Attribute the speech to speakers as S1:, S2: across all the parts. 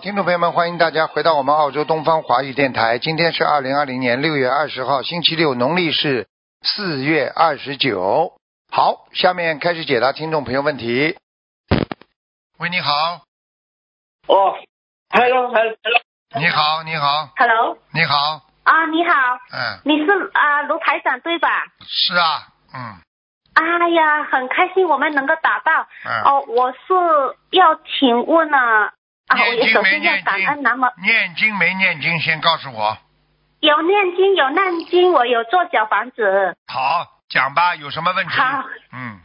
S1: 听众朋友们，欢迎大家回到我们澳洲东方华语电台。今天是二零二零年六月二十号，星期六，农历是四月二十九。好，下面开始解答听众朋友问题。喂，你好，
S2: 哦，hello，hello，hello
S1: 你好，你好，
S3: Hello，
S1: 你好，
S3: 啊，你好，
S1: 嗯，
S3: 你是啊、卢台长对吧？
S1: 是啊，嗯
S3: 哎呀，很开心我们能够打到。
S1: 嗯，
S3: 哦，我是要请问啊，啊，我
S1: 念
S3: 也
S1: 经
S3: 首
S1: 没
S3: 先要
S1: 念
S3: 感
S1: 经
S3: 恩南无
S1: 念经没念经，先告诉我。
S3: 有念经有念经，我有做小房子。
S1: 好，讲吧，有什么问题？
S3: 好，
S1: 嗯，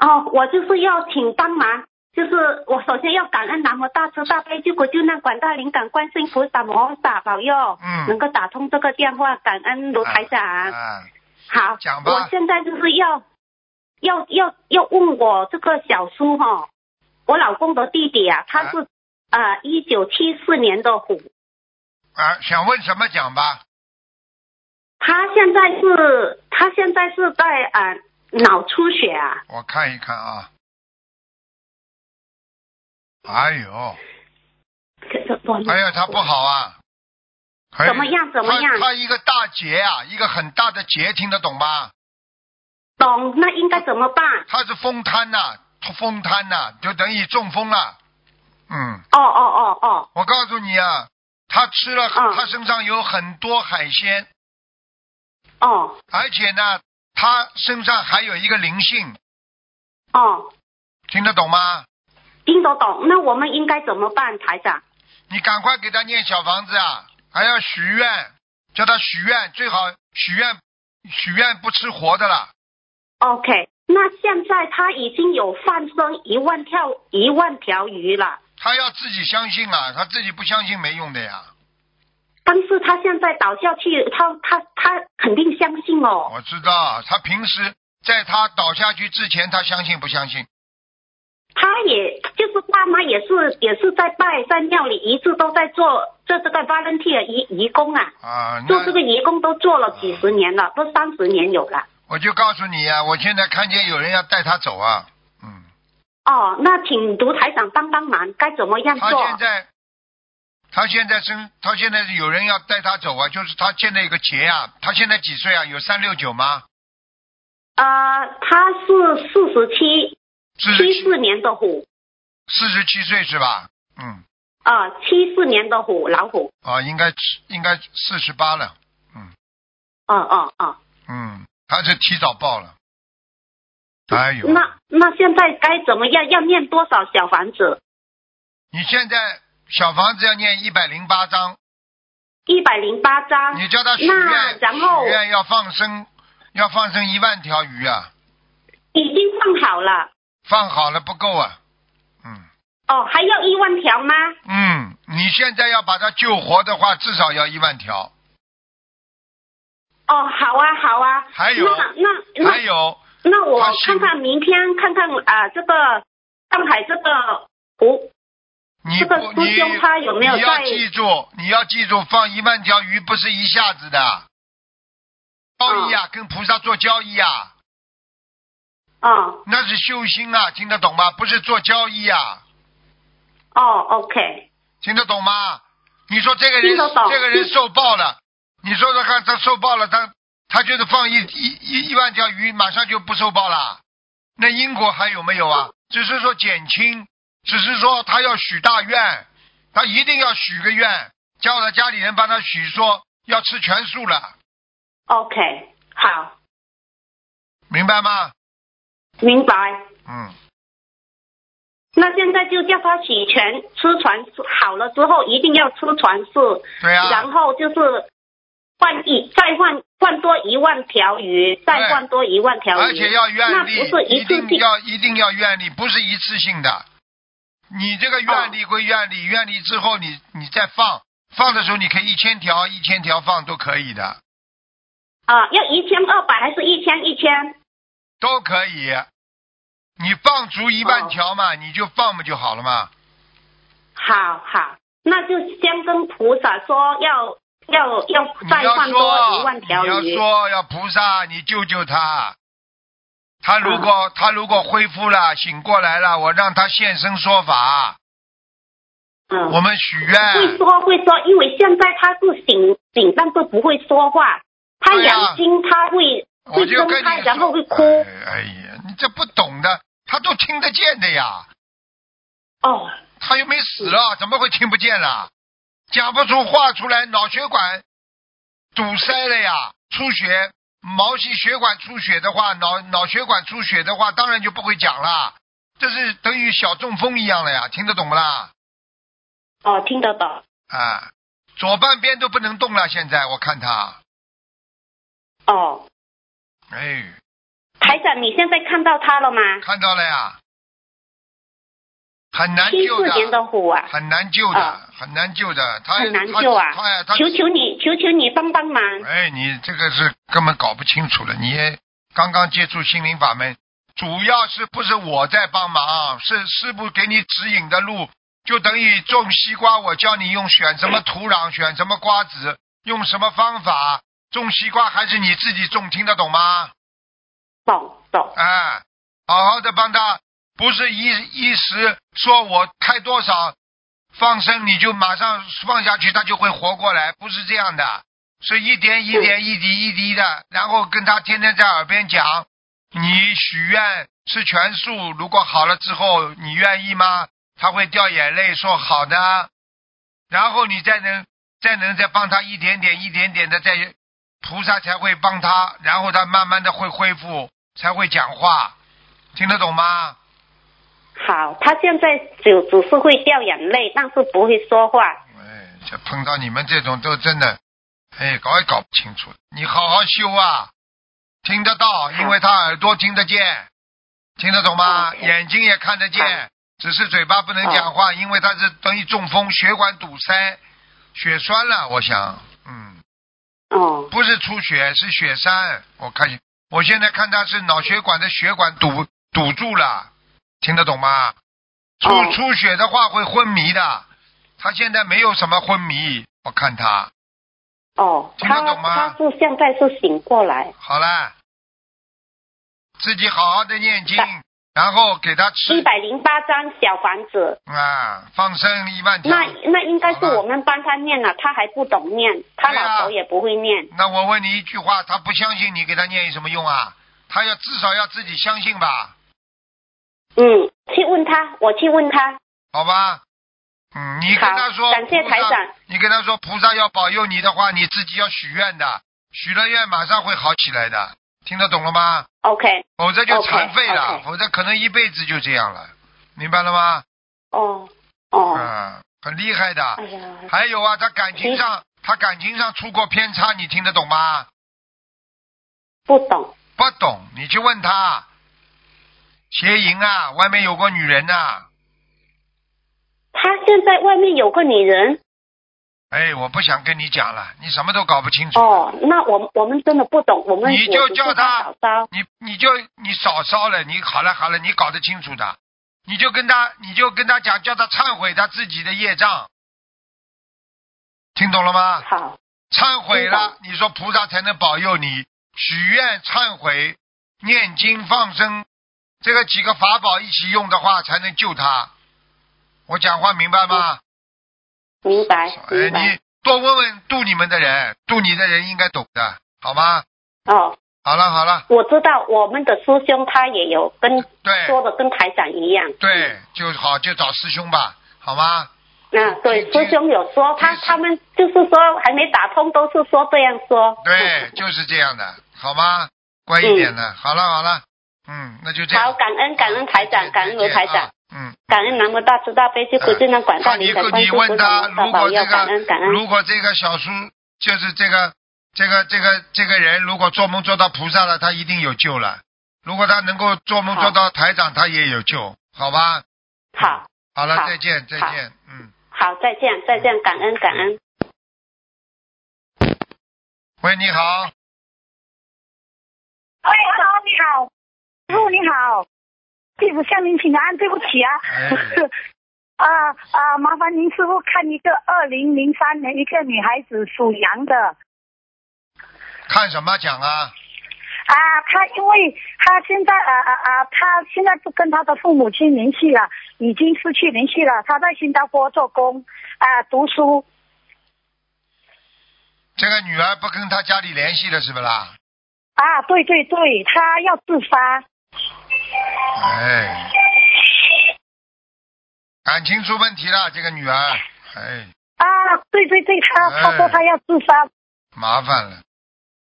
S3: 哦，我就是要请帮忙，就是我首先要感恩南无大慈大悲救苦救难广大灵感观世音菩萨摩诃萨保佑，
S1: 嗯
S3: 能够打通这个电话，感恩卢台长。
S1: 啊，
S3: 好，
S1: 讲吧
S3: 我现在就是要要要要问我这个小叔哈、我老公的弟弟啊，他是呃一九七四年的虎，
S1: 啊，想问什么讲吧。
S3: 他现在是他现在是在呃脑出血啊，
S1: 我看一看啊。哎呦，
S3: 可是我
S1: 哎呀，他不好啊！哎
S3: 怎么样怎么样
S1: 他他一个大结啊，一个很大的结，听得懂吗？
S3: 懂那应该怎么办？
S1: 他是风瘫呐、风瘫呐、就等于中风了、嗯，
S3: 哦哦哦哦，
S1: 我告诉你啊，他吃了，
S3: 嗯
S1: 他身上有很多海鲜，
S3: 哦
S1: 而且呢，他身上还有一个灵性，
S3: 哦，
S1: 听得懂吗？
S3: 听得懂？那我们应该怎么办，台长？
S1: 你赶快给他念小房子啊，还要许愿，叫他许愿，最好许愿，许愿不吃活的了。
S3: OK，那现在他已经有放生一万条一万条鱼了，
S1: 他要自己相信啊，他自己不相信没用的呀。
S3: 但是他现在倒下去，他他他肯定相信哦。
S1: 我知道，啊他平时在他倒下去之前，他相信不相信？
S3: 他也就是爸妈也是也是在拜在庙里，一直都在做做这个 volunteer 移移工啊，
S1: 啊、
S3: 做这个
S1: 那
S3: 移工都做了几十年了，都三十年有了。
S1: 我就告诉你啊，我现在看见有人要带他走啊，嗯，
S3: 哦，那请卢台长帮帮忙，该怎么样
S1: 他
S3: 做？
S1: 现在，他现在身，他现在有人要带他走啊，就是他现在有个结啊，他现在几岁啊？有三六九吗？
S3: 呃，他是四十七，
S1: 四十
S3: 七
S1: 七，
S3: 四年的虎，
S1: 四十七岁是吧？嗯。
S3: 啊、七四年的虎，老虎，
S1: 啊，应该应该四十八了，
S3: 哦哦哦。
S1: 嗯，他是提早报了。哎呦，
S3: 那那现在该怎么样？要念多少小房子？
S1: 你现在小房子要念一百零八章，
S3: 一百零八章。
S1: 你叫他许愿，
S3: 啊那然后
S1: 许愿要放生，要放生一万条鱼啊，
S3: 已经放好了。
S1: 放好了不够啊，嗯
S3: 哦，还要一万条吗？
S1: 嗯，你现在要把它救活的话，至少要一万条。
S3: 哦，好啊，好啊。
S1: 还有
S3: 那那
S1: 还
S3: 那
S1: 有，
S3: 那我
S1: 他信
S3: 看看明天看看啊、这个上海这个湖
S1: 你
S3: 这个
S1: 不
S3: 师
S1: 哦你
S3: 兄他有没有
S1: 你要
S3: 在
S1: 记住，你要记住，放一万条鱼不是一下子的，交易
S3: 嗯
S1: 啊，跟菩萨做交易啊，
S3: 哦
S1: 那是修心啊，听得懂吗？不是做交易啊，
S3: 哦，OK，
S1: 听得懂吗？你说这个人
S3: 听得懂
S1: 这个人受报了，你说说看，他受报了，他他就是放一一一一万条鱼，马上就不受报了，那因果还有没有啊？只是说减轻，只是说他要许大愿，他一定要许个愿，叫他家里人帮他许说要吃全素了，
S3: ，OK，好，
S1: 明白吗？
S3: 明白。
S1: 嗯，
S3: 那现在就叫他洗全吃全素好了之后，一定要吃全素，
S1: 对啊
S3: 然，后就是换一再换换多一万条鱼，再换多一万条鱼，
S1: 而且要
S3: 那
S1: 愿
S3: 不
S1: 力，
S3: 是
S1: 一
S3: 次
S1: 定
S3: 性
S1: 要一定要愿力，不是一次性的。你这个
S3: 哦
S1: 愿力归愿力，愿力之后你你再放，放的时候你可以一千条一千条放都可以的，
S3: 啊，要一千二百还是一千一千？
S1: 都可以。你放足一
S3: 哦
S1: 万条嘛，你就放不就好了嘛？
S3: 好好，那就先跟菩萨说要要要
S1: 你
S3: 再
S1: 要
S3: 换多一
S1: 说，
S3: 万
S1: 你
S3: 条
S1: 要
S3: 鱼。
S1: 说要菩萨，你救救他。他
S3: 嗯
S1: 如果、他如果恢复了，醒过来了，我让他现身说法。
S3: 嗯，
S1: 我们许
S3: 会
S1: 愿，
S3: 说会说，因为现在他是醒醒，但是不会说话。他
S1: 对呀
S3: 养精，他会
S1: 我
S3: 会
S1: 就
S3: 睁
S1: 跟你
S3: 开，
S1: 说
S3: 然后会哭。
S1: 哎哎呀，你这不懂的，他都听得见的呀，哎
S3: 哦，
S1: 他又没死了，怎么会听不见了？讲不出话出来，脑血管堵塞了呀，出血，毛细血管出血的话，脑脑血管出血的话，当然就不会讲了，这是等于小中风一样了呀，听得懂不啦？
S3: 哦，听得懂。
S1: 啊，左半边都不能动了，现在我看他，
S3: 哦，
S1: 哎，
S3: 台长，你现在看到他了吗？
S1: 看到了呀，很难
S3: 七
S1: 救
S3: 四年的虎啊，
S1: 很难救的，
S3: 啊
S1: 很难救的，他
S3: 很难救啊
S1: 他他他
S3: 求求你，求求你帮帮忙。
S1: 哎，你这个是根本搞不清楚了。你也刚刚接触心灵法门，主要是不是我在帮忙，是师傅给你指引的路，就等于种西瓜，我教你用选什么土壤，选什么瓜子，用什么方法种西瓜，还是你自己种，听得懂吗？
S3: 懂懂。
S1: 哎，好好的帮他，不是一一时说我开多少放生，你就马上放下去，他就会活过来，不是这样的，是一点一点一滴一滴的，然后跟他天天在耳边讲，你许愿吃全素，如果好了之后你愿意吗？他会掉眼泪说好的，然后你再能再能再帮他一点点一点点的再菩萨才会帮他，然后他慢慢的会恢复，才会讲话，听得懂吗？
S3: 好，他现在只只是会掉眼泪，但是不会说话。
S1: 哎，这碰到你们这种都真的，哎，搞也搞不清楚。你好好修啊，听得到，因为他耳朵听得见，听得懂吗？
S3: OK
S1: 眼睛也看得见，只是嘴巴不能讲话，因为他是等于中风，血管堵塞，血栓了，我想，嗯。
S3: 哦，
S1: 不是出血，是血栓。我看，我现在看他是脑血管的血管堵堵住了，听得懂吗？出、
S3: 哦
S1: 出血的话会昏迷的，他现在没有什么昏迷。我看他
S3: 哦，
S1: 听得
S3: 他
S1: 懂吗
S3: 他是现在是醒过来。
S1: 好了，自己好好的念经
S3: 那，
S1: 然后给他
S3: 一
S1: 吃
S3: 百零八张小房子，
S1: 啊，放生一万条。
S3: 那那应该是
S1: 好了
S3: 我们帮他念了，他还不懂念，他
S1: 对啊
S3: 老头也不会念。
S1: 那我问你一句话，他不相信你给他念有什么用啊？他要至少要自己相信吧。
S3: 嗯，去问他，我去问他。
S1: 好吧？嗯，你跟
S3: 啊好
S1: 他说，
S3: 感谢
S1: 菩
S3: 台
S1: 萨
S3: 长
S1: 你跟他说，菩萨要保佑你的话，你自己要许愿的，许了愿马上会好起来的，听得懂了吗？
S3: OK，
S1: 否则就残废了
S3: OK，OK
S1: 否则可能一辈子就这样了，明白了吗？
S3: 哦哦，
S1: 嗯，很厉害的。
S3: 哎呀，
S1: 还有啊，他感情
S3: 嗯
S1: 上，他感情上出过偏差，你听得懂吗？
S3: 不懂。
S1: 不懂，你去问他。邪淫啊，外面有个女人呐、啊
S3: 他现在外面有个女人
S1: 哎，我不想跟你讲了，你什么都搞不清楚。
S3: 哦，那我我们真的不懂，我们
S1: 你就
S3: 我只是
S1: 叫他
S3: 他嫂嫂。
S1: 你你就你少烧了，你好了好了，你搞得清楚的，你就跟他你就跟他讲，叫他忏悔他自己的业障，听懂了吗？
S3: 好，
S1: 忏悔了
S3: 听，
S1: 你说菩萨才能保佑你，许愿、忏悔、念经、放生，这个几个法宝一起用的话，才能救他。我讲话明白吗？
S3: 明白
S1: 哎，
S3: 明
S1: 你
S3: 白。
S1: 多问问度你们的人，度你的人应该懂的，好吗？
S3: 哦，
S1: 好了好了，
S3: 我知道我们的师兄他也有跟
S1: 对
S3: 说的跟台长一样。
S1: 对，就好就找师兄吧，好吗？
S3: 那对
S1: 这
S3: 师兄有说，他
S1: 这
S3: 他们就是说还没打通，都是说这样说。
S1: 对，就是这样的， 好吗？乖一点的，好了好了，嗯，那就这样。
S3: 好，感恩感恩台长，感恩卢台长
S1: 啊，，嗯。
S3: 感恩南无大慈大悲救苦救难广大
S1: 那你
S3: 灵感观
S1: 你
S3: 世菩
S1: 问他，
S3: 萨
S1: 如
S3: 保
S1: 果
S3: 佑，
S1: 这
S3: 感恩感
S1: 个
S3: 恩。
S1: 如果这个小叔就是这个这个这个这个人，如果做梦做到菩萨了，他一定有救了。如果他能够做梦
S3: 好
S1: 做到台长，他也有救，好吧？
S3: 好
S1: 好了，
S3: 好
S1: 再见再
S3: 好
S1: 见，嗯。
S3: 好，再见再见，感恩感恩。
S1: 喂，你好，
S4: 喂，Hello，你好，师傅你好，弟子向您请安，对不起啊，
S1: 哎
S4: 啊啊，麻烦您师傅看一个二零零三
S5: 啊
S4: 年一个女孩子属羊的，
S1: 看什么讲啊？
S5: 啊，他因为他现在啊啊啊，他现在不跟他的父母亲联系了，已经失去联系了。他在新加坡做工啊，读书。
S1: 这个女儿不跟她家里联系了，是不啦？
S5: 啊，对对对，他要自杀。
S1: 哎，感情出问题了，这个女儿，哎，
S5: 啊，对对对，他他说他要自杀
S1: 麻烦了。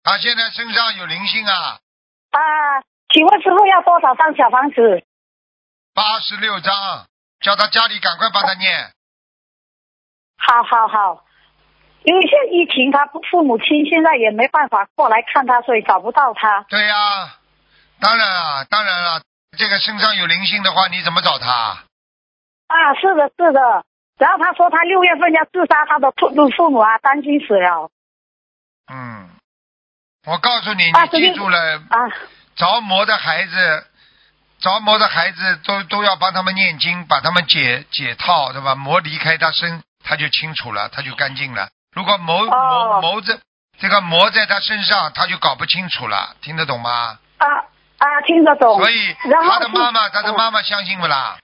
S1: 她现在身上有灵性啊，
S5: 啊。请问师傅要多少张小房子？
S1: 八十六章，叫她家里赶快帮她念。
S5: 好好好，因为现在疫情，他父母亲现在也没办法过来看他，所以找不到他。
S1: 对呀、当然啊，当然了、这个身上有灵性的话，你怎么找她？
S5: 啊，是的，是的。然后他说他六月份要自杀，他的父父母啊担心死了
S1: 嗯，我告诉你，
S5: 啊
S1: 你
S5: 随
S1: 记
S5: 便
S1: 住了，
S5: 啊
S1: 着魔的孩子，着魔的孩子都都要帮他们念经，把他们解解套，对吧？魔离开他身，他就清楚了，他就干净了。如果魔魔
S5: 哦
S1: 魔在这个魔在他身上，他就搞不清楚了，听得懂吗？
S5: 啊啊，听得懂。
S1: 所以
S5: 然后
S1: 他的
S5: 是
S1: 妈妈，他的
S5: 嗯
S1: 妈妈相信不啦？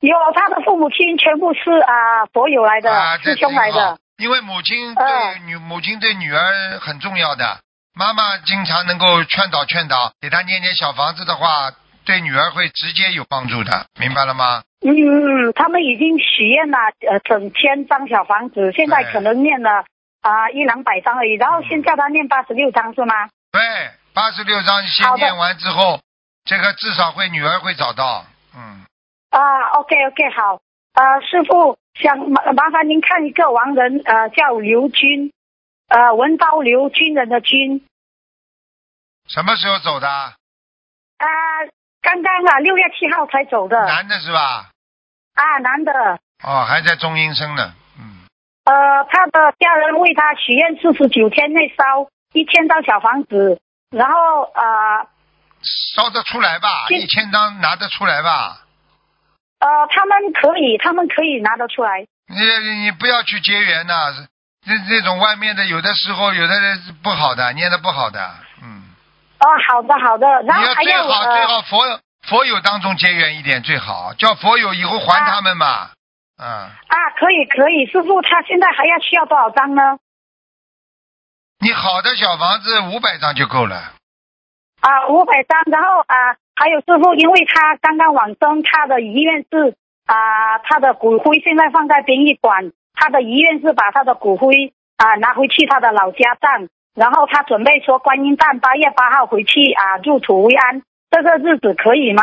S5: 有他的父母亲全部是啊佛友来的，
S1: 啊，
S5: 师
S1: 这
S5: 兄
S1: 挺
S5: 来
S1: 好
S5: 的。。
S1: 因为母亲
S5: 哎
S1: 对女、母亲对女儿很重要的，妈妈经常能够劝导劝导，给她念念小房子的话，对女儿会直接有帮助的，明白了吗？
S5: 嗯嗯，嗯他们已经许愿了，呃，整千张小房子，现在
S1: 对
S5: 可能念了啊、一两百张而已。然后先叫他念八十六张是吗？
S1: 对，八十六章先
S5: 好的
S1: 念完之后，这个至少会女儿会找到，嗯，
S5: 啊，OK OK，好。呃，师傅想麻麻烦您看一个亡人，呃，叫刘军，呃，文刀刘军人的军
S1: 什么时候走的？
S5: 啊、刚刚啊六月七号才走的
S1: 男的是吧？
S5: 啊，男的。
S1: 哦，还在中阴身呢，嗯，
S5: 呃，他的家人为他许愿四十九天内烧一千张小房子，然后呃
S1: 烧得出来吧？
S5: 这
S1: 一千张拿得出来吧？
S5: 呃，他们可以，他们可以拿得出来。
S1: 你你不要去结缘呐、这这种外面的有的时候有的人是不好的，念的不好的，嗯，
S5: 哦，好的好的，然
S1: 你
S5: 后
S1: 要
S5: 还
S1: 最
S5: 要
S1: 好最
S5: 呃
S1: 好佛佛友当中结缘一点最好，叫佛友以后还他们嘛，嗯，
S5: 啊，可以可以，师傅他现在还要需要多少张呢？
S1: 你好的小房子五百张就够了，
S5: 啊，五百张，然后啊，还有师傅，因为他刚刚往生，他的遗愿是啊，他的骨灰现在放在殡仪馆，他的遗愿是把他的骨灰啊拿回去他的老家葬，然后他准备说观音诞八月八号回去啊入土为安，这个日子可以吗？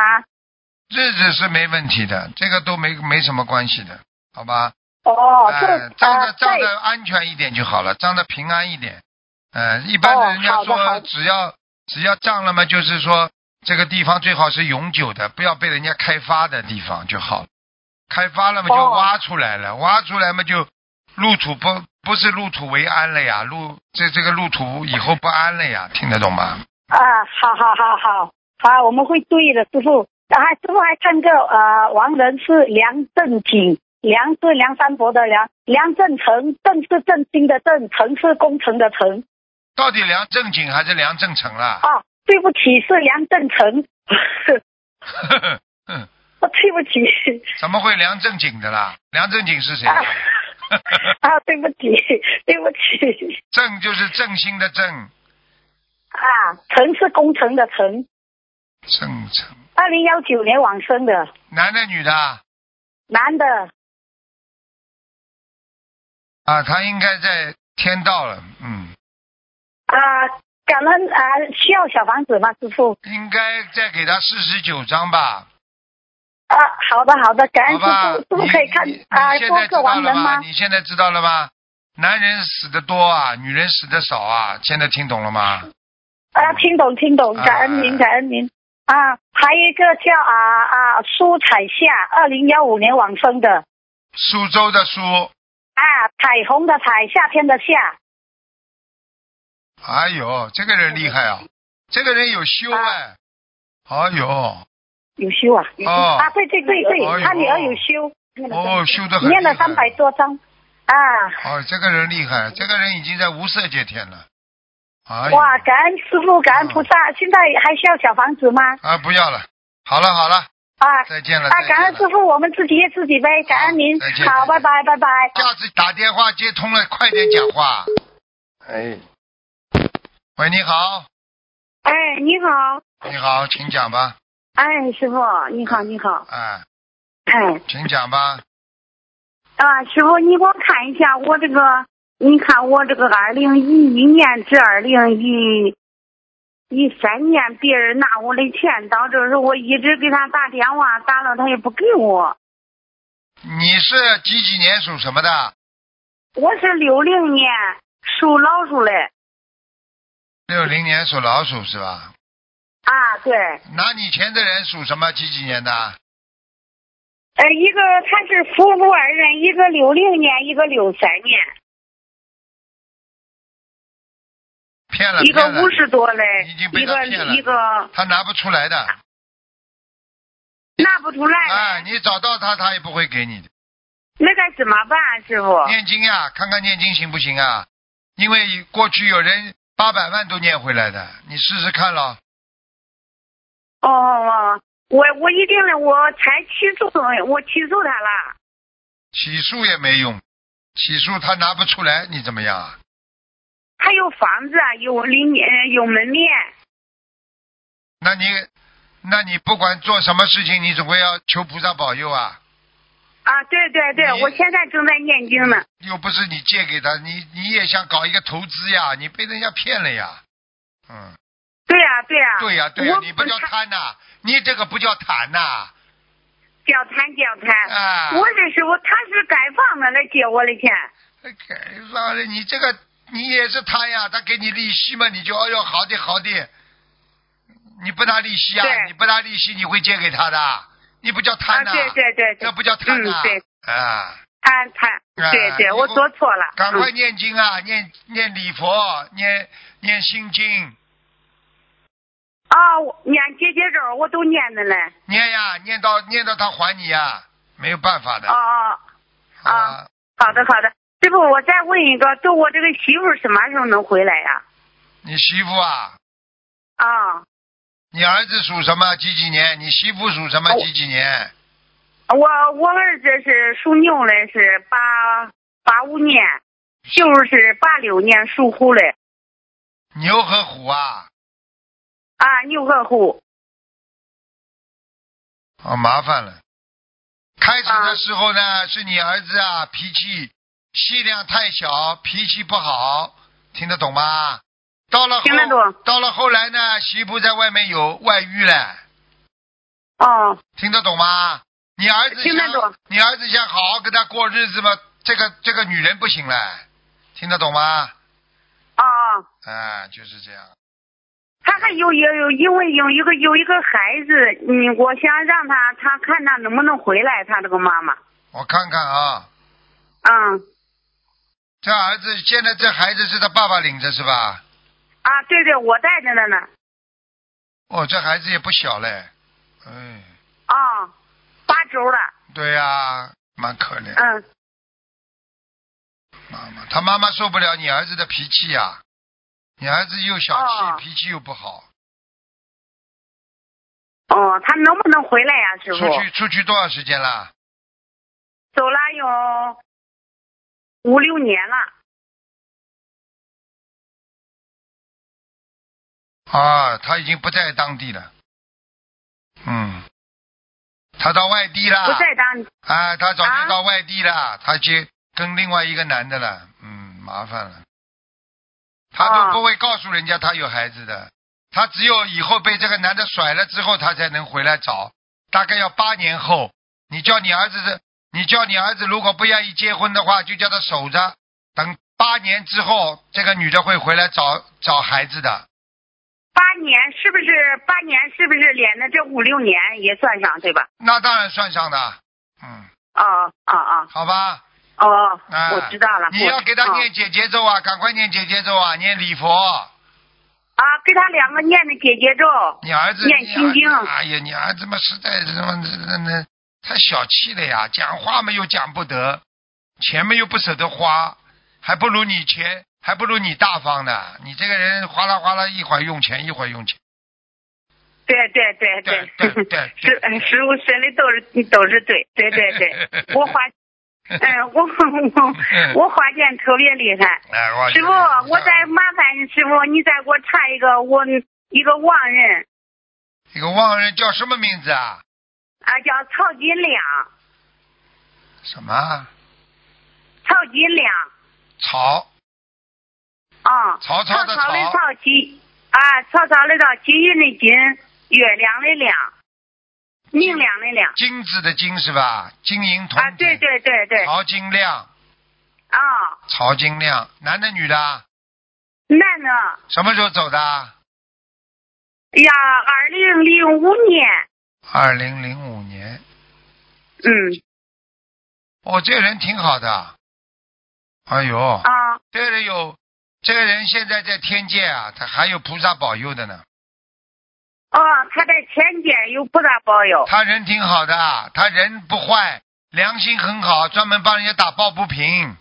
S1: 日子是没问题的，这个都没没什么关系的，好吧？
S5: 哦，
S1: 哎
S5: 这
S1: 站
S5: 啊
S1: 着站
S5: 在
S1: 着安全一点就好了，站着平安一点。呃，一般的
S5: 哦
S1: 人家
S5: 好的好
S1: 说，
S5: 的
S1: 只要只要站了嘛，就是说这个地方最好是永久的，不要被人家开发的地方就好了。开发了嘛，就
S5: 哦
S1: 挖出来了，挖出来嘛就入土不不是入土为安了呀，入这这个入土以后不安了呀，听得懂吗？
S5: 啊，好好好好好，我们会注意的，师傅。啊，师傅还看个呃，王人是梁正景，梁是梁山伯的梁，梁振成，正是正经的正，成是工程的成。
S1: 到底梁正景还是梁正成 啦？
S5: 啊，对不起，是梁振成，
S1: 嗯，
S5: 我对不起
S1: 怎么会梁正景的啦？梁正景是谁？
S5: 啊 啊，对不起，对不起
S1: 正就是正心的正，
S5: 啊，成是工程的成。
S1: 正成。
S5: 二零幺九年往生的
S1: 男的女的啊？
S5: 男的
S1: 啊，他应该在天道了，嗯，
S5: 啊，感恩啊，需要小房子吗，师傅？
S1: 应该再给他四十九章吧，
S5: 啊，好的好的，感恩
S1: 好
S5: 师
S1: 吧？
S5: 傅，师傅可以
S1: 你
S5: 看
S1: 你
S5: 啊
S1: 你现在
S5: 多
S1: 知道
S5: 个亡
S1: 了
S5: 人
S1: 吗？
S5: 吗？
S1: 你现在知道了吗？男人死的多啊，女人死的少啊，现在听懂了吗？
S5: 啊，听懂听懂，感恩您
S1: 啊
S5: 感恩您啊，还有一个叫啊啊苏彩夏，二零幺五年往生的
S1: 苏州的苏，
S5: 啊，彩虹的彩，夏天的夏
S1: 哎呦，这个人厉害啊，这个人有修
S5: 啊
S1: 哎，哎呦，
S5: 有修啊，
S1: 哦
S5: 啊对对对对
S1: 哎呦，
S5: 他女儿有修，
S1: 哦，修的很厉害
S5: 念了三百多张啊，
S1: 哦，这个人厉害，这个人已经在无色界天了，哎呦嗯
S4: 哇，感恩师傅，感恩菩萨。现在还需要小房子吗？
S1: 啊，不要了，好了好了，
S4: 啊
S1: 再见了，
S4: 啊，
S1: 再
S4: 感恩
S1: 见
S4: 师
S1: 了。
S4: 傅，我们自己业自己背，感恩您
S1: 再见，
S4: 好，
S1: 再
S4: 拜拜，拜
S1: 见
S4: 拜。
S1: 下次打电话接通了，快点讲话。
S2: 哎，
S1: 喂，你好，
S5: 哎，你好，
S1: 你好，请讲吧。
S5: 哎，师傅，你好，你好，
S1: 哎，
S5: 哎，
S1: 请讲吧。
S5: 啊，师傅，你给我看一下我这个，你看我这个二零一一年至二零一一三年，别人拿我的钱，到这时候我一直给他打电话，打了他也不给我。
S1: 你是几几年属什么的？
S5: 我是六零年属老鼠的，
S1: 六零年属老鼠是吧？
S5: 啊，对，
S1: 拿你钱的人属什么？几几年的？
S5: 呃，一个他是夫妇二人，一个六零年，一个六三年，
S1: 骗了，
S5: 一个
S1: 骗了
S5: 五十多的
S1: 已经，被
S5: 一
S1: 他
S5: 个
S1: 骗了
S5: 一个
S1: 他拿不出来的。
S5: 拿不出来。
S1: 哎，你找到他，他也不会给你的。
S5: 那该怎么办，啊师傅？
S1: 念经呀、看看念经行不行啊？因为过去有人八百万都念回来的，你试试看咯。
S5: 哦，我我一定的，我才起诉，我起诉他了。
S1: 起诉也没用，起诉他拿不出来，你怎么样啊？
S5: 他有房子，有邻呃有门面。
S1: 那你，那你不管做什么事情，你总归要求菩萨保佑啊。
S5: 啊，对对对
S1: 你，
S5: 我现在正在念经呢。
S1: 又不是你借给他，你你也想搞一个投资呀？你被人家骗了呀？嗯，
S5: 对呀、对呀、
S1: 对呀、对呀、
S5: 啊我
S1: 你不叫贪呐、你这个不叫贪呐、啊。
S5: 叫谈叫谈。我这师傅，他是盖房子来借我的钱。
S1: 哎给老了，你这个你也是贪呀，他给你利息嘛，你就哎呦好的好的，你不拿利息啊，
S5: 对
S1: 你不拿利息你会借给他的，你不叫贪呐、
S5: 啊，对对对对
S1: 这，不叫贪呐、
S5: 嗯对
S1: 啊，
S5: 谈谈，
S1: 啊
S5: 对对，
S1: 你
S5: 我
S1: 不
S5: 做错了。
S1: 赶快
S5: 嗯
S1: 念经啊，念念礼佛，念念心经，
S5: 啊，我念姐姐咒，我都念着呢。
S1: 念呀，念到念到他还你呀，没有办法的。
S5: 哦哦。
S1: 好吧
S5: 啊好的，好的。师傅，我再问一个，就我这个媳妇儿什么时候能回来呀、
S1: 你媳妇啊，
S5: 啊？
S1: 你儿子属什么？几几年？你媳妇属什么？
S5: 哦
S1: 几几年？
S5: 啊我我儿子是属牛的，是八八五年，媳妇儿是八六年属虎的，
S1: 牛和虎啊？
S5: 啊，牛和虎。
S1: 啊，麻烦了。开始
S5: 啊
S1: 的时候呢，是你儿子啊，脾气气量太小，脾气不好，听得懂吗？到了后
S5: 听得懂
S1: 到了后来呢，媳妇在外面有外遇了，
S5: 哦，
S1: 听得懂吗？你儿子想
S5: 听得懂
S1: 你儿子想好好跟他过日子嘛，这个这个女人不行了，听得懂吗？
S5: 哦，
S1: 啊，就是这样。
S5: 他还有有有，因为有一个有一个孩子，嗯，我想让他他看他能不能回来，他这个妈妈，
S1: 我看看啊，
S5: 嗯，
S1: 这儿子现在这孩子是他爸爸领着是吧？
S5: 啊，对对，我带着呢呢，
S1: 哦，这孩子也不小嘞，哎。
S5: 哦，八周了，
S1: 对呀、蛮可怜。
S5: 嗯，
S1: 妈妈，他妈妈受不了你儿子的脾气呀、你儿子又小气，
S5: 哦
S1: 脾气又不好，
S5: 哦，他能不能回来呀、师
S1: 出
S5: 傅？
S1: 去出去多少时间了？
S5: 走了有五六年了，
S1: 啊，他已经不在当地了。嗯，他到外地
S5: 不
S1: 了。
S5: 在当
S1: 啊，他早
S5: 啊
S1: 就到外地了，他结跟另外一个男的了，嗯，麻烦了。他都
S5: 哦
S1: 不会告诉人家他有孩子的，他只有以后被这个男的甩了之后，他才能回来找。大概要八年后，你叫你儿子的，你叫你儿子如果不愿意结婚的话，就叫他守着，等八年之后，这个女的会回来找找孩子的。
S5: 八年是不是八年是不是连着这五六年也算上对吧？
S1: 那当然算上的，嗯，
S5: 哦哦哦
S1: 好吧，
S5: 哦，
S1: 啊，
S5: 我知道了。
S1: 你要
S5: 我
S1: 给他
S5: 哦
S1: 念姐姐咒啊，赶快念姐姐咒啊，念礼佛。
S5: 啊，给他两个念的姐姐咒。
S1: 你儿子
S5: 念
S1: 你
S5: 心
S1: 儿
S5: 经
S1: 哎呀，你儿子嘛，实在是嘛，那那太小气了呀，讲话嘛又讲不得，钱嘛又不舍得花，还不如你钱，还不如你大方呢。你这个人哗啦哗啦，一会儿用钱，一会儿用钱。
S5: 对对对
S1: 对对 对对
S5: 师呃师傅说的都是都是对，对对 对，我花，嗯、我
S1: 嗯
S5: 我我花钱特别厉害。
S1: 哎，我
S5: 师傅，我再麻烦你，师傅，你再给我查一个我一个亡人
S1: 一个忘人叫什么名字啊？
S5: 啊，叫曹金亮，
S1: 什么
S5: 曹金亮
S1: 曹？
S5: 啊，
S1: 曹
S5: 曹
S1: 操
S5: 操
S1: 的
S5: 的
S1: 曹
S5: 曹金啊，曹操的曹，金云的金，月亮的亮，明亮的亮
S1: 金子的金是吧？金银铜
S5: 啊，
S1: 铁。
S5: 对对对对，
S1: 曹金亮，
S5: 啊，
S1: 曹金亮，男的女的啊？
S5: 男的，
S1: 什么时候走的啊？
S5: 哎呀，二零零五年，
S1: 二零零五年。
S5: 嗯
S1: 哦，这个人挺好的。哎呦，
S5: 啊，
S1: 这个人有，这个人现在在天界啊，他还有菩萨保佑的呢。
S5: 哦，他在天界有菩萨保佑，
S1: 他人挺好的，他人不坏，良心很好，专门帮人家打抱不平，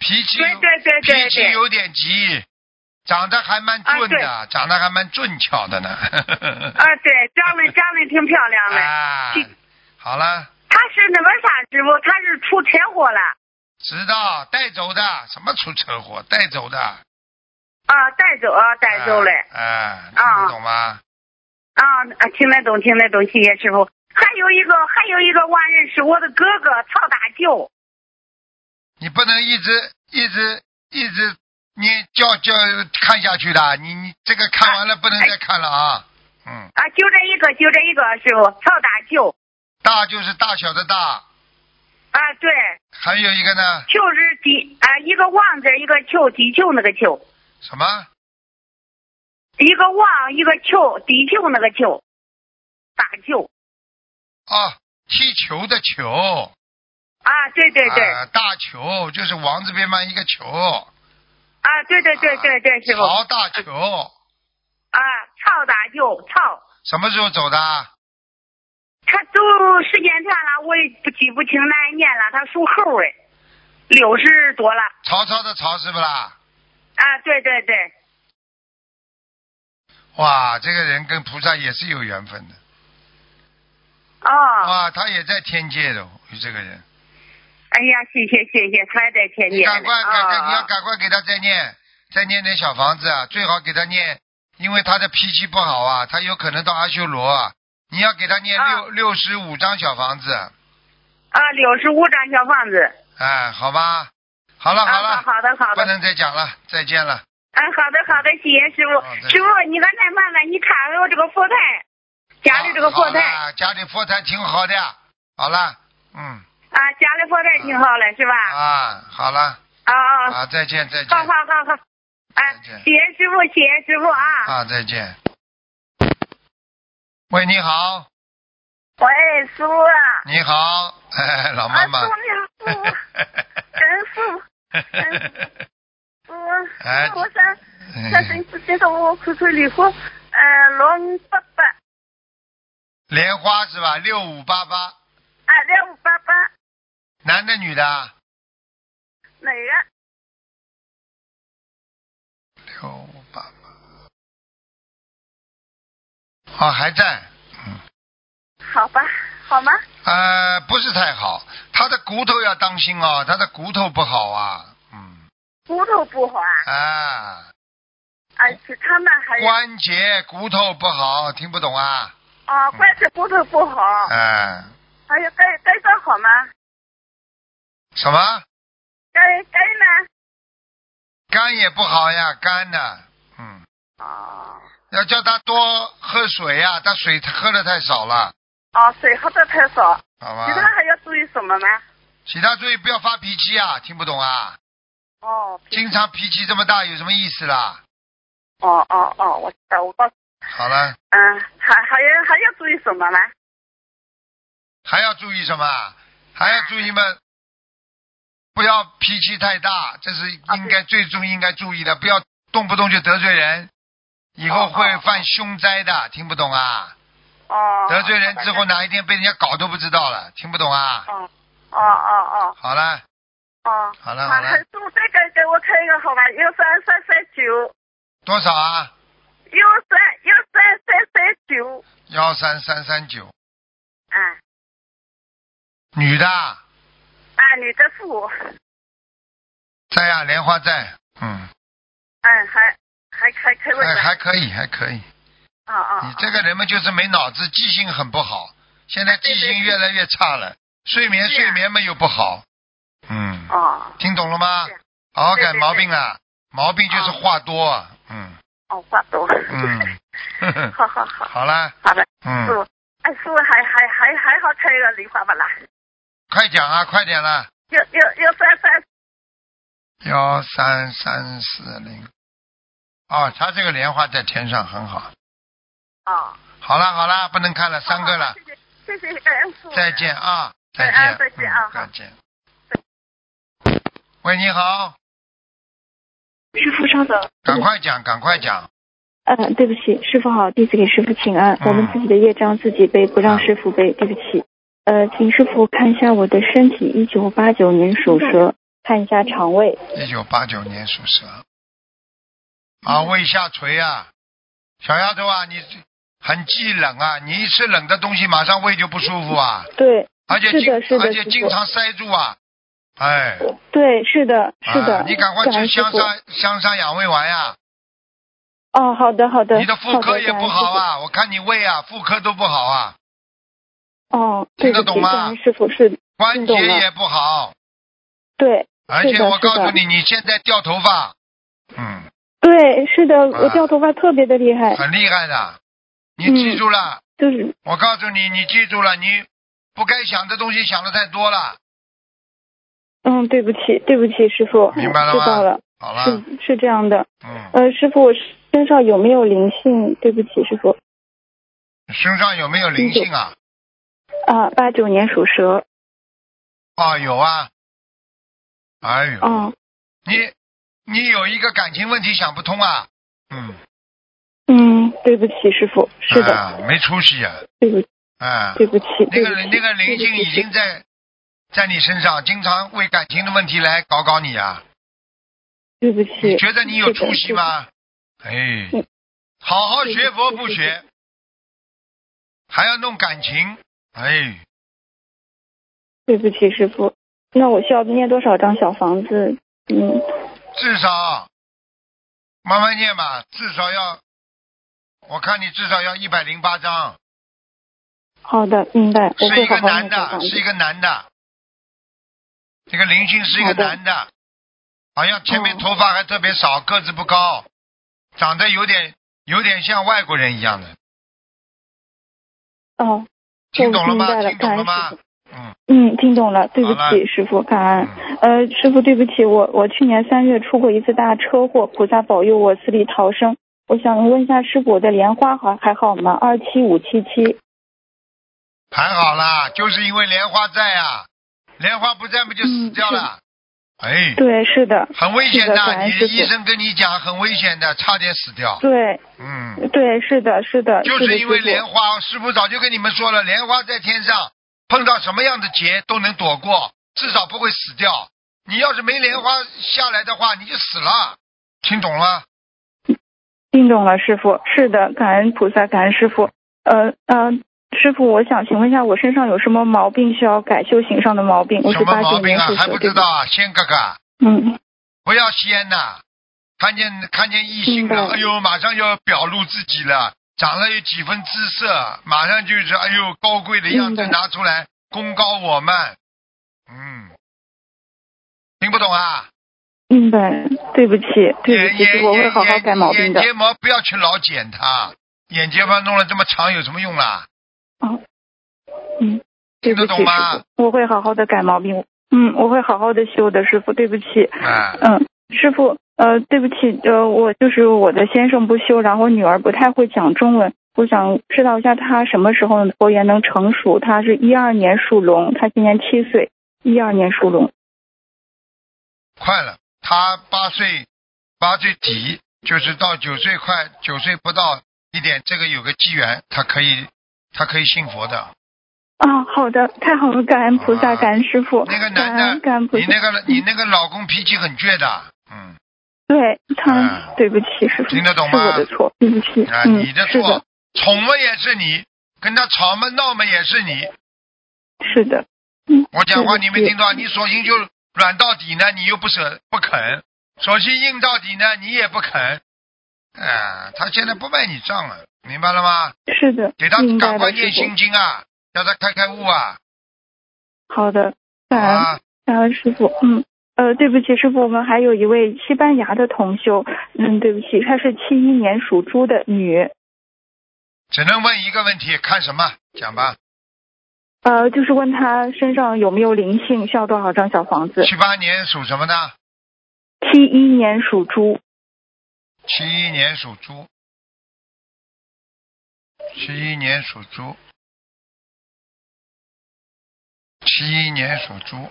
S1: 脾气
S5: 对对对对
S1: 脾气
S5: 对，
S1: 有点急，长得还蛮俊的，长得还蛮俊俏的呢。
S5: 啊对，长得长得挺漂亮的，
S1: 啊
S5: 去，
S1: 好了，
S5: 他是那个啥师傅，他是出车祸了。
S1: 知道带走的，什么出车祸带走的，
S5: 啊，带走啊，带走嘞！
S1: 啊，听
S5: 啊
S1: 得懂吗？
S5: 啊啊，听得懂，听得懂，谢谢师傅。还有一个，还有一个亡人是我的哥哥曹大舅。
S1: 你不能一直一直一直你叫叫看下去的，你你这个看完了不能
S5: 哎
S1: 再看了啊。嗯，
S5: 啊，就这一个，就这一个，师傅，曹大舅。
S1: 大就是大小的大，
S5: 啊，对，
S1: 还有一个呢，
S5: 就是地啊，一个王字，一个球，地球那个球，
S1: 什么
S5: 一个王，一个球，地球那个球，大舅。
S1: 啊？踢球的球，
S5: 啊，对对对，
S1: 啊大球就是王字边旁一个球，
S5: 啊，对对对对对，师傅。
S1: 曹大球，
S5: 啊，曹大舅，曹，
S1: 什么时候走的啊？
S5: 他走时间长了，我也不记不清哪一年了。他属猴的，六十多了。
S1: 曹操的曹是不啦？
S5: 啊，对对对，
S1: 哇，这个人跟菩萨也是有缘分的，
S5: 哦，
S1: 哇，他也在天界的，这个人。
S5: 哎呀，谢谢谢谢，他还在天
S1: 你
S5: 界
S1: 赶
S5: 呢。
S1: 快赶快，你要
S5: 啊，
S1: 赶快给他再念，再念点小房子啊，最好给他念，因为他的脾气不好啊，他有可能到阿修罗啊。你要给他念
S5: 啊
S1: 六六十五张小房子，
S5: 啊，六十五张小房子。
S1: 哎，好吧，好了
S5: 啊，
S1: 好了，
S5: 好的好
S1: 不
S5: 的，
S1: 能再讲了，再见了。
S5: 啊，好的好的，谢谢师
S1: 好啊再
S5: 傅。
S1: 见
S5: 师傅，你刚才麻烦你看看我这个佛台，家里这个佛
S1: 啊好
S5: 台
S1: 了，家里佛台挺好的，好了，嗯
S5: 啊，家里佛台挺好嘞，是吧？
S1: 啊，好了，
S5: 啊啊，
S1: 啊，再见再
S5: 好
S1: 见
S5: 好，好好，啊
S1: 再，见
S5: 谢谢师傅，谢谢师傅啊。
S1: 啊，再见。喂，你好，
S5: 喂，师傅啊，
S1: 你好，哎，老妈妈
S5: 啊，。师傅你好，师傅，真师 傅，嗯
S1: 哎
S5: 我想。那真是介绍我看看礼佛，呃，老五八八，
S1: 莲花是吧？六五八八，
S5: 啊，两五八八，
S1: 男的女的啊？
S5: 哪个？
S1: 六五八八。哦，还在，嗯，
S5: 好吧，好吗？
S1: 呃，不是太好，他的骨头要当心哦，他的骨头不好啊，嗯，
S5: 骨头不好啊，
S1: 啊，
S5: 而且他们还有
S1: 关节骨头不好，听不懂啊？
S5: 啊，关节骨头不好，
S1: 哎、
S5: 还有肝肝脏好吗？
S1: 什么？
S5: 肝肝呢？
S1: 肝也不好呀，肝呐，嗯，
S5: 哦，
S1: 要叫他多喝水呀、他水喝的太少了，
S5: 哦，水喝的太少，
S1: 好
S5: 其他
S1: 吧？
S5: 还要注意什么吗？
S1: 其他注意不要发脾气啊，听不懂啊？
S5: 哦，
S1: 经常脾气这么大有什么意思啦？
S5: 哦哦哦，我知道，我告诉，
S1: 好了，
S5: 嗯，还还有还要注意什么吗？
S1: 还要注意什么？啊还要注意吗？不要脾气太大，这是应该最终应该注意的，不要动不动就得罪人，以后会犯凶灾的。听不懂啊？
S5: 哦，
S1: 得罪人之后哪一天被人家搞都不知道了，听不懂啊？
S5: 哦哦哦哦，
S1: 好了，
S5: 哦，
S1: 好了
S5: 啊
S1: 好，
S5: 还
S1: 了，
S5: 是再给给我看一个好吧？幺三三三九，
S1: 多少啊？
S5: 幺三幺三三三九，
S1: 幺三三三九，
S5: 啊
S1: 女的啊
S5: 啊，女的是我，
S1: 在呀、莲花在，嗯，
S5: 嗯，还还还可以
S1: 哎还
S5: 吧？
S1: 还可以，还可以。
S5: 啊啊，
S1: 你
S5: 啊
S1: 这个人嘛，就是没脑子，记性很不好，现在记性越来越差了，睡眠
S5: 是啊
S1: 睡眠嘛又不好，嗯，
S5: 哦
S1: 听懂了吗
S5: 是啊？
S1: 好好
S5: 对
S1: 改
S5: 对
S1: 毛
S5: 对
S1: 病啊，毛病就是
S5: 哦
S1: 话多啊， 嗯
S5: 哦，话多，
S1: 嗯，呵呵
S5: 好好好，
S1: 好啦，
S5: 好的，师
S1: 嗯，
S5: 傅，哎，师傅还还还还好看一个梨花吧啦？
S1: 快讲啊，快点啦，
S5: 幺幺幺三三
S1: 幺三三四零，哦，他这个莲花在天上很好，
S5: 哦，
S1: 好啦好啦，不能看了，三个了，
S5: 谢谢谢谢哎感恩师傅，
S1: 再见啊，
S5: 哦对
S1: 再见，
S5: 啊再见啊
S1: 嗯
S5: 好
S1: 再见。喂，你好，
S6: 师傅稍等。
S1: 赶快讲，赶快讲。
S6: 嗯，对不起，师傅好，弟子给师傅请安。
S1: 嗯
S6: 我们自己的业障自己背，不让师傅背，对不起。呃，请师傅看一下我的身体，一九八九年属蛇，看一下肠胃。
S1: 一九八九年属蛇，啊，胃下垂啊，小丫头啊，你很忌冷啊，你一吃冷的东西，马上胃就不舒服啊，
S6: 对，
S1: 而且
S6: 是
S1: 经
S6: 的是的
S1: 而且
S6: 师傅
S1: 经常塞住啊，哎，
S6: 对，是的，是的。
S1: 啊你赶快
S6: 感
S1: 吃
S6: 恩师
S1: 香
S6: 傅。
S1: 砂香砂养胃丸呀、
S6: 哦，好的，好的。
S1: 你的妇
S6: 好
S1: 科
S6: 的
S1: 也不好。啊，我看你胃啊，妇科都不好啊，
S6: 感恩师傅哦，
S1: 听得
S6: 对不
S1: 懂
S6: 起，
S1: 吗
S6: 感恩师傅是，
S1: 关
S6: 听
S1: 节
S6: 懂了
S1: 也不好，
S6: 对，
S1: 而
S6: 是
S1: 且
S6: 的
S1: 我
S6: 是
S1: 告诉
S6: 的
S1: 你，你现在掉头发，嗯，
S6: 对，是的，我
S1: 啊
S6: 掉头发特别的厉害，
S1: 很厉害的，你记
S6: 嗯
S1: 住了。
S6: 就是
S1: 我告诉你，你记住了，你不该想的东西想的太多了，
S6: 嗯，对不起，对不起，师傅，
S1: 明白了
S6: 知
S1: 吗啊
S6: 道了，
S1: 好
S6: 是
S1: 了，
S6: 是这样的。
S1: 嗯，
S6: 呃，师傅，我身上有没有灵性？对不起，师傅
S1: 身上有没有灵性啊？
S6: 啊，八九年属蛇，
S1: 啊，有啊，哎呦，
S6: 嗯
S1: 你你有一个感情问题想不通啊，嗯，
S6: 嗯，对不起，师傅，是的，
S1: 啊没出息啊，
S6: 对不起，
S1: 啊，
S6: 对不起，
S1: 那
S6: 对不
S1: 个
S6: 起，
S1: 那个灵性已经在在你身上，经常为感情的问题来搞搞你啊，
S6: 对不
S1: 你
S6: 起，
S1: 觉得你有
S6: 是的
S1: 出息？吗？哎
S6: 嗯，
S1: 好好学佛
S6: 对
S1: 不
S6: 不起对
S1: 学，还要弄感情，哎。
S6: 对不起，师傅，那我需要念多少张小房子？嗯，
S1: 至少慢慢念吧，至少要，我看你至少要一百零八张，
S6: 好的，明白，我
S1: 是
S6: 会
S1: 一
S6: 好
S1: 个
S6: 好念
S1: 男
S6: 小
S1: 的
S6: 房，
S1: 是一
S6: 子。
S1: 个男的，这个灵性是一个
S6: 好的
S1: 男的，好像前面
S6: 哦
S1: 头发还特别少，个子不高，长得有点有点像外国人一样的，
S6: 哦，
S1: 听懂了
S6: 明白
S1: 吗？
S6: 了，
S1: 听懂
S6: 感
S1: 了
S6: 恩
S1: 吗
S6: 师？傅。
S1: 嗯，
S6: 嗯，听懂了，对不
S1: 好了
S6: 起，师傅，感恩。
S1: 嗯
S6: 呃，师傅，对不起，我我去年三月出过一次大车祸，菩萨保佑我死里逃生。我想问一下，师傅，我的莲花还还好吗？二七五七七。
S1: 还好啦，就是因为莲花在啊，莲花不在嘛就死
S6: 嗯
S1: 掉
S6: 是
S1: 了，哎，
S6: 对，嗯是的，
S1: 很危险
S6: 是的感
S1: 的，
S6: 恩
S1: 你
S6: 师傅
S1: 医生跟你讲很危险的，差点死掉。
S6: 对，
S1: 嗯，
S6: 对，是的，是的，
S1: 就是
S6: 的
S1: 是因为
S6: 师
S1: 莲
S6: 傅
S1: 花，师傅早就跟你们说了，莲花在天上，碰到什么样的劫都能躲过，至少不会死掉。你要是没莲花下来的话，你就死了。听懂了？
S6: 听懂了，师傅，是的，感恩菩萨，感恩师傅。呃呃，师傅，我想请问一下，我身上有什么毛病需要改修行上的毛病？我
S1: 什
S6: 是
S1: 么
S6: 八
S1: 毛
S6: 九
S1: 病
S6: 年
S1: 啊
S6: 属？
S1: 还
S6: 蛇
S1: 不知
S6: 的。
S1: 道啊，仙哥哥，
S6: 嗯，
S1: 不要仙呐、看见看见异性
S6: 明
S1: 了，
S6: 白
S1: 哎呦，马上就要表露自己了，长了有几分姿色，马上就是哎呦高贵的样子
S6: 明白
S1: 拿出来，功高我慢。嗯，听不懂啊？
S6: 明白，对不起，对
S1: 眼
S6: 不起，师
S1: 眼
S6: 傅，我会
S1: 眼
S6: 好好
S1: 眼
S6: 改毛病的
S1: 眼。睫毛不要去老剪它，眼睫毛弄了这么长有什么用啊啦？
S6: 哦，嗯，对
S1: 听
S6: 不
S1: 得
S6: 起，
S1: 懂
S6: 师
S1: 吗
S6: 傅，我会好好的改毛病。嗯，我会好好的修的，师傅，对不起。
S1: 啊，
S6: 嗯，师傅，呃，对不起，呃，我就是我的先生不修，然后女儿不太会讲中文，我想知道一下她什么时候佛缘能成熟。她是一二年属龙，她今年七岁，一二年属龙。
S1: 快了，他八岁，八岁底就是到九岁快，九岁不到一点，这个有个机缘，他可以，他可以信佛的。
S6: 啊、好的，太好了，感恩菩萨，
S1: 啊
S6: 感恩师傅，
S1: 那个
S6: 感
S1: 男
S6: 恩
S1: 的
S6: 感恩，菩
S1: 你
S6: 萨。
S1: 那个你那个老公脾气很倔的，嗯，
S6: 对他、
S1: 嗯
S6: 对不起，师傅，
S1: 听得懂
S6: 是我
S1: 吗
S6: 的错，对不起，
S1: 啊，
S6: 嗯，
S1: 你的
S6: 是的
S1: 错，，宠嘛也是你，跟他吵嘛闹嘛也是你。
S6: 是的，嗯，
S1: 我讲话
S6: 对
S1: 你
S6: 不
S1: 没
S6: 起
S1: 听到，你索性就软到底呢，你又不舍不肯；索性硬到底呢，你也不肯。啊，他现在不卖你账了，明白了吗？
S6: 是的，
S1: 给他
S6: 明白
S1: 赶快
S6: 了，
S1: 念
S6: 师
S1: 心经啊，让他开开悟啊，
S6: 傅，好的，
S1: 好
S6: 感恩。
S1: 啊，
S6: 感恩师傅，嗯，呃，对不起，师傅，我们还有一位西班牙的同修，嗯，对不起，她是七一年属猪的女，
S1: 只能问一个问题，看什么？讲吧。
S6: 呃，就是问她身上有没有灵性，需要多少张小房子？
S1: 七八年属什么的？
S6: 七一年属猪，
S1: 七一年属猪，七一年属猪，七一年属猪。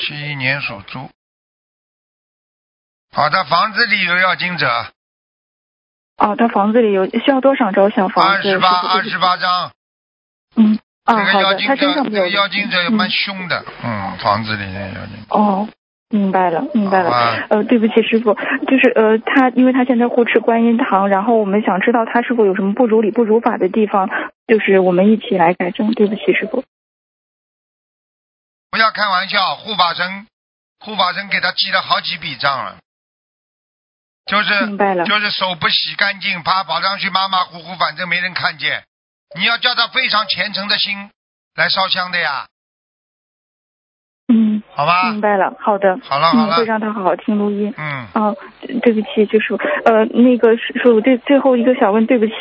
S1: 七一年属猪，好的，房子里有要经者，
S6: 哦，她房子里有需要多少张小房
S1: 二
S6: 子？
S1: 十八
S6: 师傅
S1: 二十，八张。
S6: 嗯，
S1: 这
S6: 啊，
S1: 个
S6: 好
S1: 要
S6: 的，
S1: 经
S6: 她身
S1: 者，
S6: 上
S1: 这
S6: 没有
S1: 个
S6: 灵
S1: 要
S6: 性
S1: 经者
S6: 嗯
S1: 蛮凶的，嗯，房子里那个要经者。
S6: 哦，明白了，明白
S1: 好
S6: 了。
S1: 吧
S6: 呃，对不起，师傅，就是呃，他因为他现在护持观音堂，然后我们想知道他是否有什么不如理、不如法的地方，就是我们一起来改正。对不起，师傅。
S1: 不要开玩笑，护法神，护法神给他记了好几笔账了，就是
S6: 明白了
S1: 就是手不洗干净，怕跑上去马马虎虎，反正没人看见。你要叫他非常虔诚的心来烧香的呀，
S6: 嗯，
S1: 好吧？
S6: 明白了。好的，
S1: 啊好了好
S6: 嗯，会
S1: 了，
S6: 让他好好听录音。
S1: 嗯，
S6: 哦，对对不起，就是呃，那个师傅，对最后一个想问，对不起，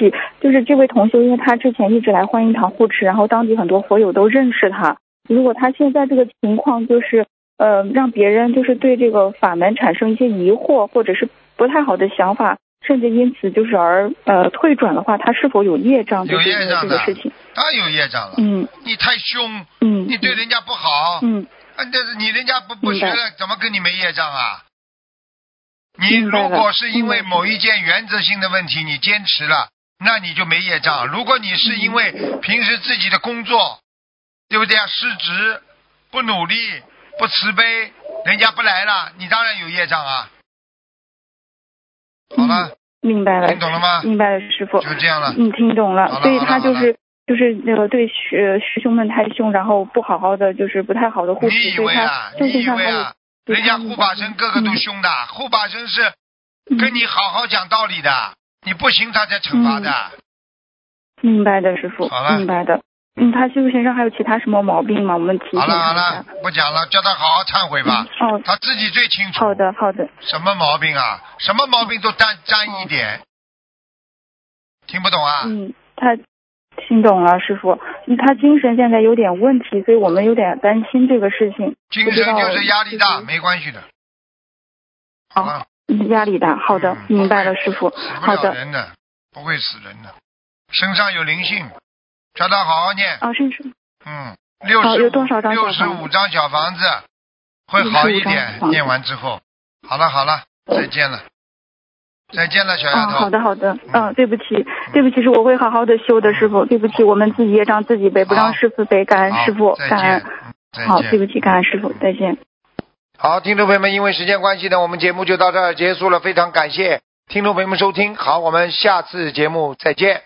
S6: 就是这位同修，因为他之前一直来观音堂护持，然后当地很多佛友都认识他。如果他现在这个情况，就是呃，让别人就是对这个法门产生一些疑惑，或者是不太好的想法，甚至因此就是而呃退转的话，他是否有业障？就是
S1: 有业障
S6: 这个
S1: 的
S6: 事情。
S1: 当然有业障了。
S6: 嗯
S1: 你太凶，
S6: 嗯，
S1: 你对人家不好，
S6: 嗯
S1: 啊，但是你人家不不学
S6: 明
S1: 了，怎么跟你没业障啊？你
S6: 明白了
S1: 如果是因为
S6: 嗯
S1: 某一件原则性的问题，你坚持了，那你就没业
S6: 嗯
S1: 障。如果你是因为平时自己的工作，对不对啊？失职、不努力、不慈悲，人家不来了，你当然有业障啊。好了，
S6: 嗯明白了，
S1: 听懂了吗？
S6: 明白了，师傅。
S1: 就这样了。
S6: 嗯，听懂
S1: 啊好
S6: 了
S1: 了，
S6: 所以
S1: 好了
S6: 他就
S1: 好了
S6: 是就是那个对师师兄们太凶，然后不好好的就是不太好的护
S1: 你
S6: 持，
S1: 以
S6: 所
S1: 为
S6: 以
S1: 啊
S6: 他？
S1: 你
S6: 最近
S1: 以
S6: 上还
S1: 为
S6: 有
S1: 啊？人家护法神个个都
S6: 嗯
S1: 凶的，护法神是
S6: 嗯
S1: 跟你好好讲道理的，你不行他才惩罚的。
S6: 嗯明白的师傅
S1: 好了，
S6: 明白的。嗯，他修行上还有其他什么毛病吗？我们提醒
S1: 好了好
S6: 他一下
S1: 了。，不讲了，叫他好好忏悔吧，
S6: 嗯哦，
S1: 他自己最清楚。
S6: 好。的好的，
S1: 什么毛病啊？什么毛病都沾沾一点。听不懂啊？
S6: 嗯，他听懂了师傅，嗯他精神现在有点问题，所以我们有点担心这个事情。
S1: 精
S6: 不知
S1: 神
S6: 道
S1: 就是压力
S6: 就
S1: 大，
S6: 是
S1: 没关系的。好
S6: 哦
S1: 了，
S6: 嗯，压力大，好的
S1: 嗯，
S6: 明白了师傅，
S1: 死不
S6: 好
S1: 了
S6: 的。
S1: 人的，不会死人的，身上有灵性，叫他好好念。
S6: 啊，是是，
S1: 嗯，六
S6: 好
S1: 十
S6: 有多少张
S1: 六十
S6: 小
S1: 五
S6: 房
S1: 张小房子会好一
S6: 65张小
S1: 点
S6: 房，子嗯
S1: 念完之后。好了好了，再见了，再见了，小
S6: 啊，
S1: 丫头。
S6: 好的好的，嗯，对不起，对不起，是我会好好的修的，师傅，对不起，我们自己业障自己背，不
S1: 嗯好
S6: 让师傅背，感恩
S1: 好
S6: 师傅，
S1: 再
S6: 感
S1: 见
S6: 恩，，
S1: 嗯再
S6: 好，
S1: 见
S6: 对不起，感恩师傅，再见。
S1: 好，听众朋友们，因为时间关系呢，我们节目就到这儿结束了，非常感谢听众朋友们收听，好，我们下次节目再见。